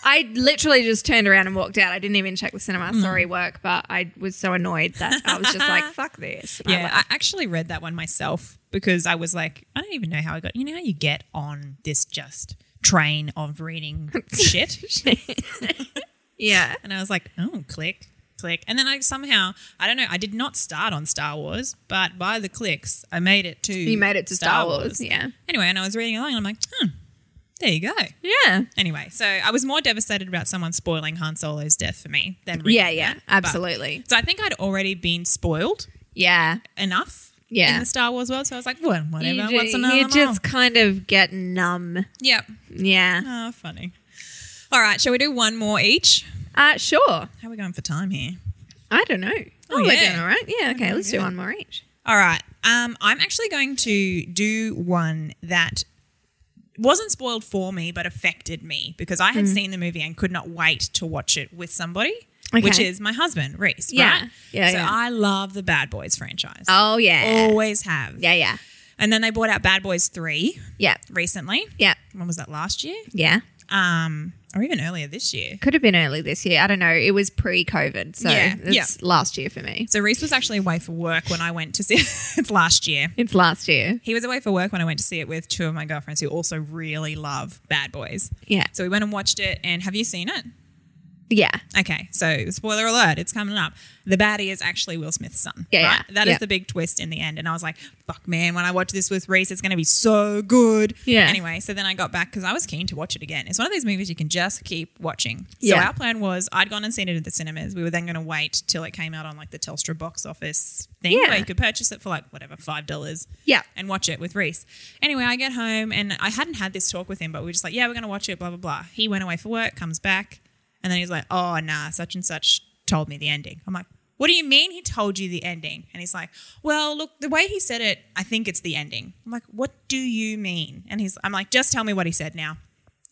Speaker 2: I literally just turned around and walked out. I didn't even check the cinema.
Speaker 1: Mm.
Speaker 2: Sorry, work, but I was so annoyed that I was just like, fuck this. And I
Speaker 1: yeah, I actually read that one myself because I was like, I don't even know how I got. You know how you get on this just train of reading shit,
Speaker 2: Yeah.
Speaker 1: and I was like, oh, click, click, and then I somehow I don't know. I did not start on Star Wars, but by the clicks, I made it to
Speaker 2: You made it to Star Wars, yeah.
Speaker 1: Anyway, and I was reading along, and I'm like, hmm, there you go.
Speaker 2: Yeah.
Speaker 1: Anyway, so I was more devastated about someone spoiling Han Solo's death for me than reading
Speaker 2: Yeah, yeah.
Speaker 1: that. But-
Speaker 2: Absolutely.
Speaker 1: so I think I'd already been spoiled
Speaker 2: Yeah.
Speaker 1: enough
Speaker 2: Yeah.
Speaker 1: in the Star Wars world. So I was like, well, whatever.
Speaker 2: You, ju-
Speaker 1: What's another?
Speaker 2: you just
Speaker 1: mile?
Speaker 2: kind of get numb.
Speaker 1: Yep.
Speaker 2: Yeah.
Speaker 1: Oh, funny. All right, shall we do one more each?
Speaker 2: Uh sure.
Speaker 1: How are we going for time here?
Speaker 2: I don't know. Oh,
Speaker 1: Oh,
Speaker 2: we're
Speaker 1: yeah.
Speaker 2: doing all right. Yeah, okay, let's do one more each.
Speaker 1: All right. Um, I'm actually going to do one that wasn't spoiled for me, but affected me because I
Speaker 2: Hmm.
Speaker 1: had seen the movie and could not wait to watch it with somebody, which
Speaker 2: Okay.
Speaker 1: is my husband, Reese.
Speaker 2: Yeah.
Speaker 1: Right?
Speaker 2: Yeah,
Speaker 1: So
Speaker 2: yeah.
Speaker 1: I love the Bad Boys franchise.
Speaker 2: Oh yeah.
Speaker 1: Always have.
Speaker 2: Yeah, yeah.
Speaker 1: And then they brought out Bad Boys 3
Speaker 2: Yeah.
Speaker 1: recently.
Speaker 2: Yeah.
Speaker 1: When was that last year?
Speaker 2: Yeah.
Speaker 1: Um, or even earlier this year.
Speaker 2: Could have been early this year. I don't know. It was pre COVID. So
Speaker 1: Yeah,
Speaker 2: it's
Speaker 1: yeah.
Speaker 2: last year for me.
Speaker 1: So Reese was actually away for work when I went to see it's last year.
Speaker 2: It's last year.
Speaker 1: He was away for work when I went to see it with two of my girlfriends who also really love Bad Boys.
Speaker 2: Yeah.
Speaker 1: So we went and watched it and have you seen it?
Speaker 2: Yeah.
Speaker 1: Okay, so spoiler alert, it's coming up. The baddie is actually Will Smith's son.
Speaker 2: Yeah,
Speaker 1: right?
Speaker 2: yeah,
Speaker 1: That is
Speaker 2: yeah.
Speaker 1: the big twist in the end. And I was like, fuck, man, when I watch this with Reese, it's going to be so good.
Speaker 2: Yeah.
Speaker 1: Anyway, so then I got back because I was keen to watch it again. It's one of those movies you can just keep watching. So
Speaker 2: Yeah.
Speaker 1: our plan was I'd gone and seen it at the cinemas. We were then going to wait till it came out on like the Telstra box office thing
Speaker 2: Yeah.
Speaker 1: where you could purchase it for like whatever, $5
Speaker 2: Yeah.
Speaker 1: and watch it with Reese. Anyway, I get home and I hadn't had this talk with him, but we were just like, yeah, we're going to watch it, blah, blah, blah. He went away for work, comes back, and then he's like, oh, nah, such and such told me the ending. I'm like, what do you mean he told you the ending? And he's like, well, look, the way he said it, I think it's the ending. I'm like, what do you mean? And he's, I'm like, just tell me what he said now.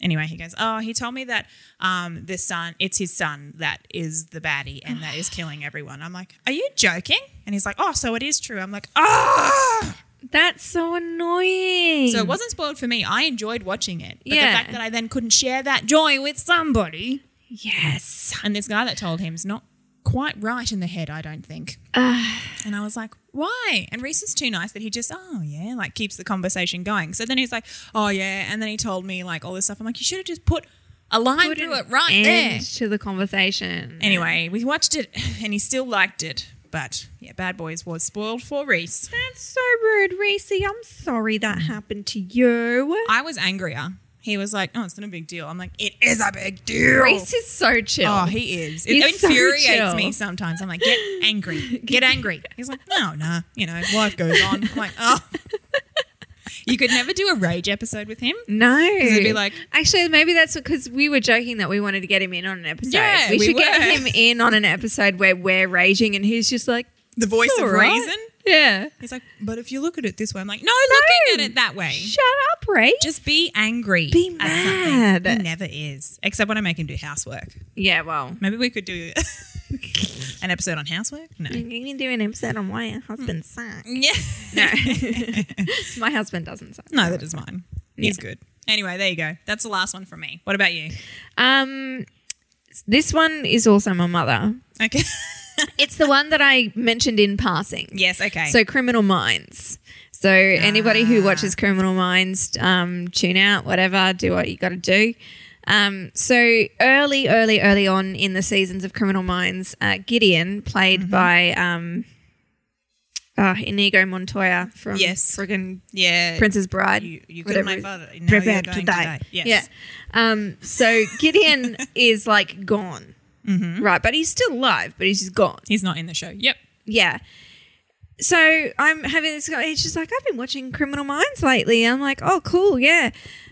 Speaker 1: Anyway, he goes, oh, he told me that um, the son, it's his son that is the baddie and that is killing everyone. I'm like, are you joking? And he's like, oh, so it is true. I'm like, ah.
Speaker 2: That's so annoying.
Speaker 1: So it wasn't spoiled for me. I enjoyed watching it. But
Speaker 2: Mm. Yeah.
Speaker 1: the fact that I then couldn't share that joy with somebody.
Speaker 2: yes.
Speaker 1: And this guy that told him's not quite right in the head, I don't think. and I was like, why? And Reese is too nice that he just, oh, yeah, like keeps the conversation going. So then he's like, oh, yeah. And then he told me like all this stuff. I'm like, you should have just put a line
Speaker 2: Put
Speaker 1: through
Speaker 2: an
Speaker 1: it right there.
Speaker 2: end to the conversation.
Speaker 1: Anyway, we watched it and he still liked it. But yeah, Bad Boys was spoiled for Reese.
Speaker 2: That's so rude, Reese. I'm sorry that happened to you.
Speaker 1: I was angrier. He was like, "Oh, it's not a big deal." I'm like, "It is a big deal."
Speaker 2: Reese is so chill.
Speaker 1: Oh, he is. It
Speaker 2: He's so
Speaker 1: infuriates
Speaker 2: chill.
Speaker 1: me sometimes. I'm like, "Get angry, get angry." He's like, "No, no, you know, life goes on." I'm like, "Oh." You could never do a rage episode with him.
Speaker 2: no.
Speaker 1: it'd be like-
Speaker 2: actually, maybe that's because we were joking that we wanted to get him in on an episode.
Speaker 1: Yeah,
Speaker 2: we,
Speaker 1: we
Speaker 2: should get
Speaker 1: were.
Speaker 2: him in on an episode where we're raging and he's just like
Speaker 1: The voice
Speaker 2: "It's
Speaker 1: of
Speaker 2: all right."
Speaker 1: reason.
Speaker 2: Yeah.
Speaker 1: He's like, "But if you look at it this way," I'm like, "No,
Speaker 2: No.
Speaker 1: looking at it that way."
Speaker 2: Shut up, Reese.
Speaker 1: Just be Mm. angry.
Speaker 2: Be
Speaker 1: at something.
Speaker 2: mad.
Speaker 1: He never is, except when I make him do housework.
Speaker 2: yeah. Well,
Speaker 1: Maybe we could do an episode on housework. No.
Speaker 2: you can do an episode on why your husband sucks.
Speaker 1: Yeah.
Speaker 2: No, my husband doesn't suck.
Speaker 1: No, that is mine. He's good. Anyway, there you go. That's the last one from me. What about you?
Speaker 2: Um, this one is also my mother.
Speaker 1: Okay.
Speaker 2: It's the one that I mentioned in passing.
Speaker 1: yes, okay.
Speaker 2: So Criminal Minds. So anybody who watches Criminal Minds, um, tune out, whatever, do what you got to do. Um, so early, early, early on in the seasons of Criminal Minds, uh, Gideon, played by um, uh, Inigo Montoya from
Speaker 1: Yes.
Speaker 2: friggin'
Speaker 1: yeah.
Speaker 2: Princess Bride.
Speaker 1: You, you killed
Speaker 2: whatever
Speaker 1: my
Speaker 2: it-
Speaker 1: father. Now
Speaker 2: Prepare
Speaker 1: you're going to die. Yes.
Speaker 2: Yeah. Um, so Gideon is like
Speaker 1: Mm-hmm.
Speaker 2: gone, right? But he's still alive, but he's just gone.
Speaker 1: He's not in the show. Yep.
Speaker 2: Yeah. so I'm having this. conversation. She's like, I've been watching Criminal Minds lately. I'm like, oh, cool, yeah.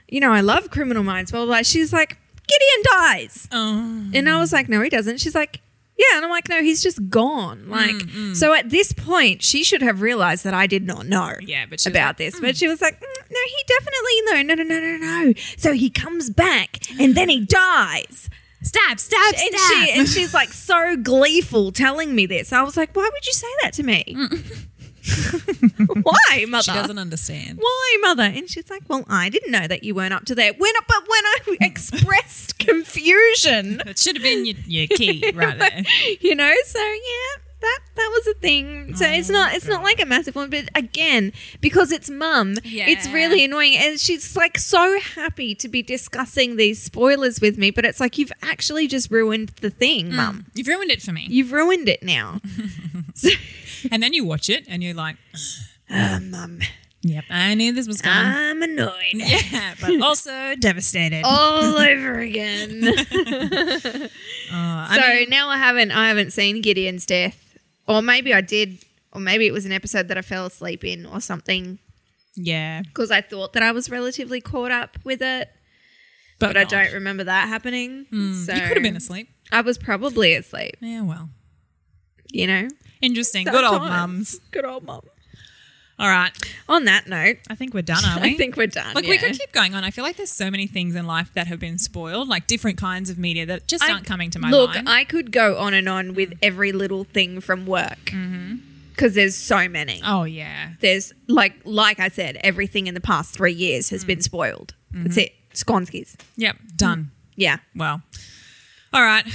Speaker 2: You know, I love Criminal Minds. Blah blah. blah. She's like, Gideon dies,
Speaker 1: Oh,
Speaker 2: and I was like, no, he doesn't. She's like, yeah, and I'm like, no, he's just
Speaker 1: Mm,
Speaker 2: gone. Like, so at this point, she should have realized that I did not know.
Speaker 1: Yeah, but she was
Speaker 2: about
Speaker 1: like,
Speaker 2: this, but she was like, mm, no, he definitely no, no, no, no, no, no. So he comes back, and then
Speaker 1: Mm.
Speaker 2: he dies
Speaker 1: stab, stab,
Speaker 2: and
Speaker 1: stab.
Speaker 2: she and she's like so gleeful telling me this. I was like, why would you say that to me? why, mother?
Speaker 1: she doesn't understand.
Speaker 2: why, mother? And she's like, well, I didn't know that you weren't up to that. When, but when I expressed confusion,
Speaker 1: That should have been your, your key right there.
Speaker 2: you know, so yeah, that that was a thing. So
Speaker 1: Oh,
Speaker 2: it's not it's not like a massive one, but again, because it's mum, it's
Speaker 1: Yeah.
Speaker 2: really annoying. And she's like so happy to be discussing these spoilers with me, but it's like you've actually just ruined the
Speaker 1: Mm.
Speaker 2: thing, mum.
Speaker 1: You've ruined it for me.
Speaker 2: You've ruined it now. so,
Speaker 1: And then you watch it and you're like,
Speaker 2: oh, mum,
Speaker 1: yep, I knew this was coming.
Speaker 2: I'm annoyed.
Speaker 1: Um, yeah, but also devastated.
Speaker 2: Oh. All over again.
Speaker 1: Uh,
Speaker 2: so now I haven't I haven't seen Gideon's death. Or maybe I did, or maybe it was an episode that I fell asleep in or something
Speaker 1: yeah,
Speaker 2: because I thought that I was relatively caught up with it. But I
Speaker 1: not.
Speaker 2: don't remember that happening.
Speaker 1: Oh
Speaker 2: so
Speaker 1: Hmm. You could have been asleep.
Speaker 2: I was probably asleep,
Speaker 1: Yeah, well,
Speaker 2: you know.
Speaker 1: interesting. Good old
Speaker 2: Sometimes.
Speaker 1: mums.
Speaker 2: Good old mum.
Speaker 1: All right,
Speaker 2: On that note,
Speaker 1: I think we're done, are we?
Speaker 2: I think we're done.
Speaker 1: Like we
Speaker 2: yeah.
Speaker 1: could keep going on. I feel like there's so many things in life that have been spoiled, like different kinds of media that just
Speaker 2: I-
Speaker 1: aren't coming to my
Speaker 2: look,
Speaker 1: mind. Mm-hmm.
Speaker 2: I could go on and on with every little thing from work because there's so many.
Speaker 1: oh yeah,
Speaker 2: There's like, like I said, everything in the past three years
Speaker 1: Mm.
Speaker 2: has been spoiled.
Speaker 1: Mm-hmm.
Speaker 2: That's it. Skonskis.
Speaker 1: yep, done.
Speaker 2: Yeah,
Speaker 1: Well, all right,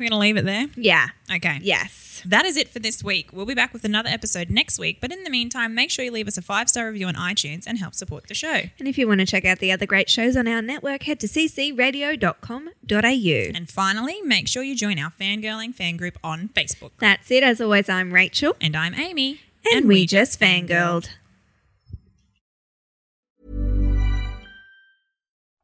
Speaker 1: we're gonna leave it there.
Speaker 2: yeah,
Speaker 1: Okay.
Speaker 2: yes.
Speaker 1: That is it for this week. We'll be back with another episode next week, but in the meantime, make sure you leave us a five star review on iTunes and help support the show.
Speaker 2: And if you want to check out the other great shows on our network, head to ccradio.com.au.
Speaker 1: And finally, make sure you join our fangirling fan group on Facebook.
Speaker 2: That's it. As always, I'm Rachel,
Speaker 1: And I'm Amy.
Speaker 2: and, we just fangirled.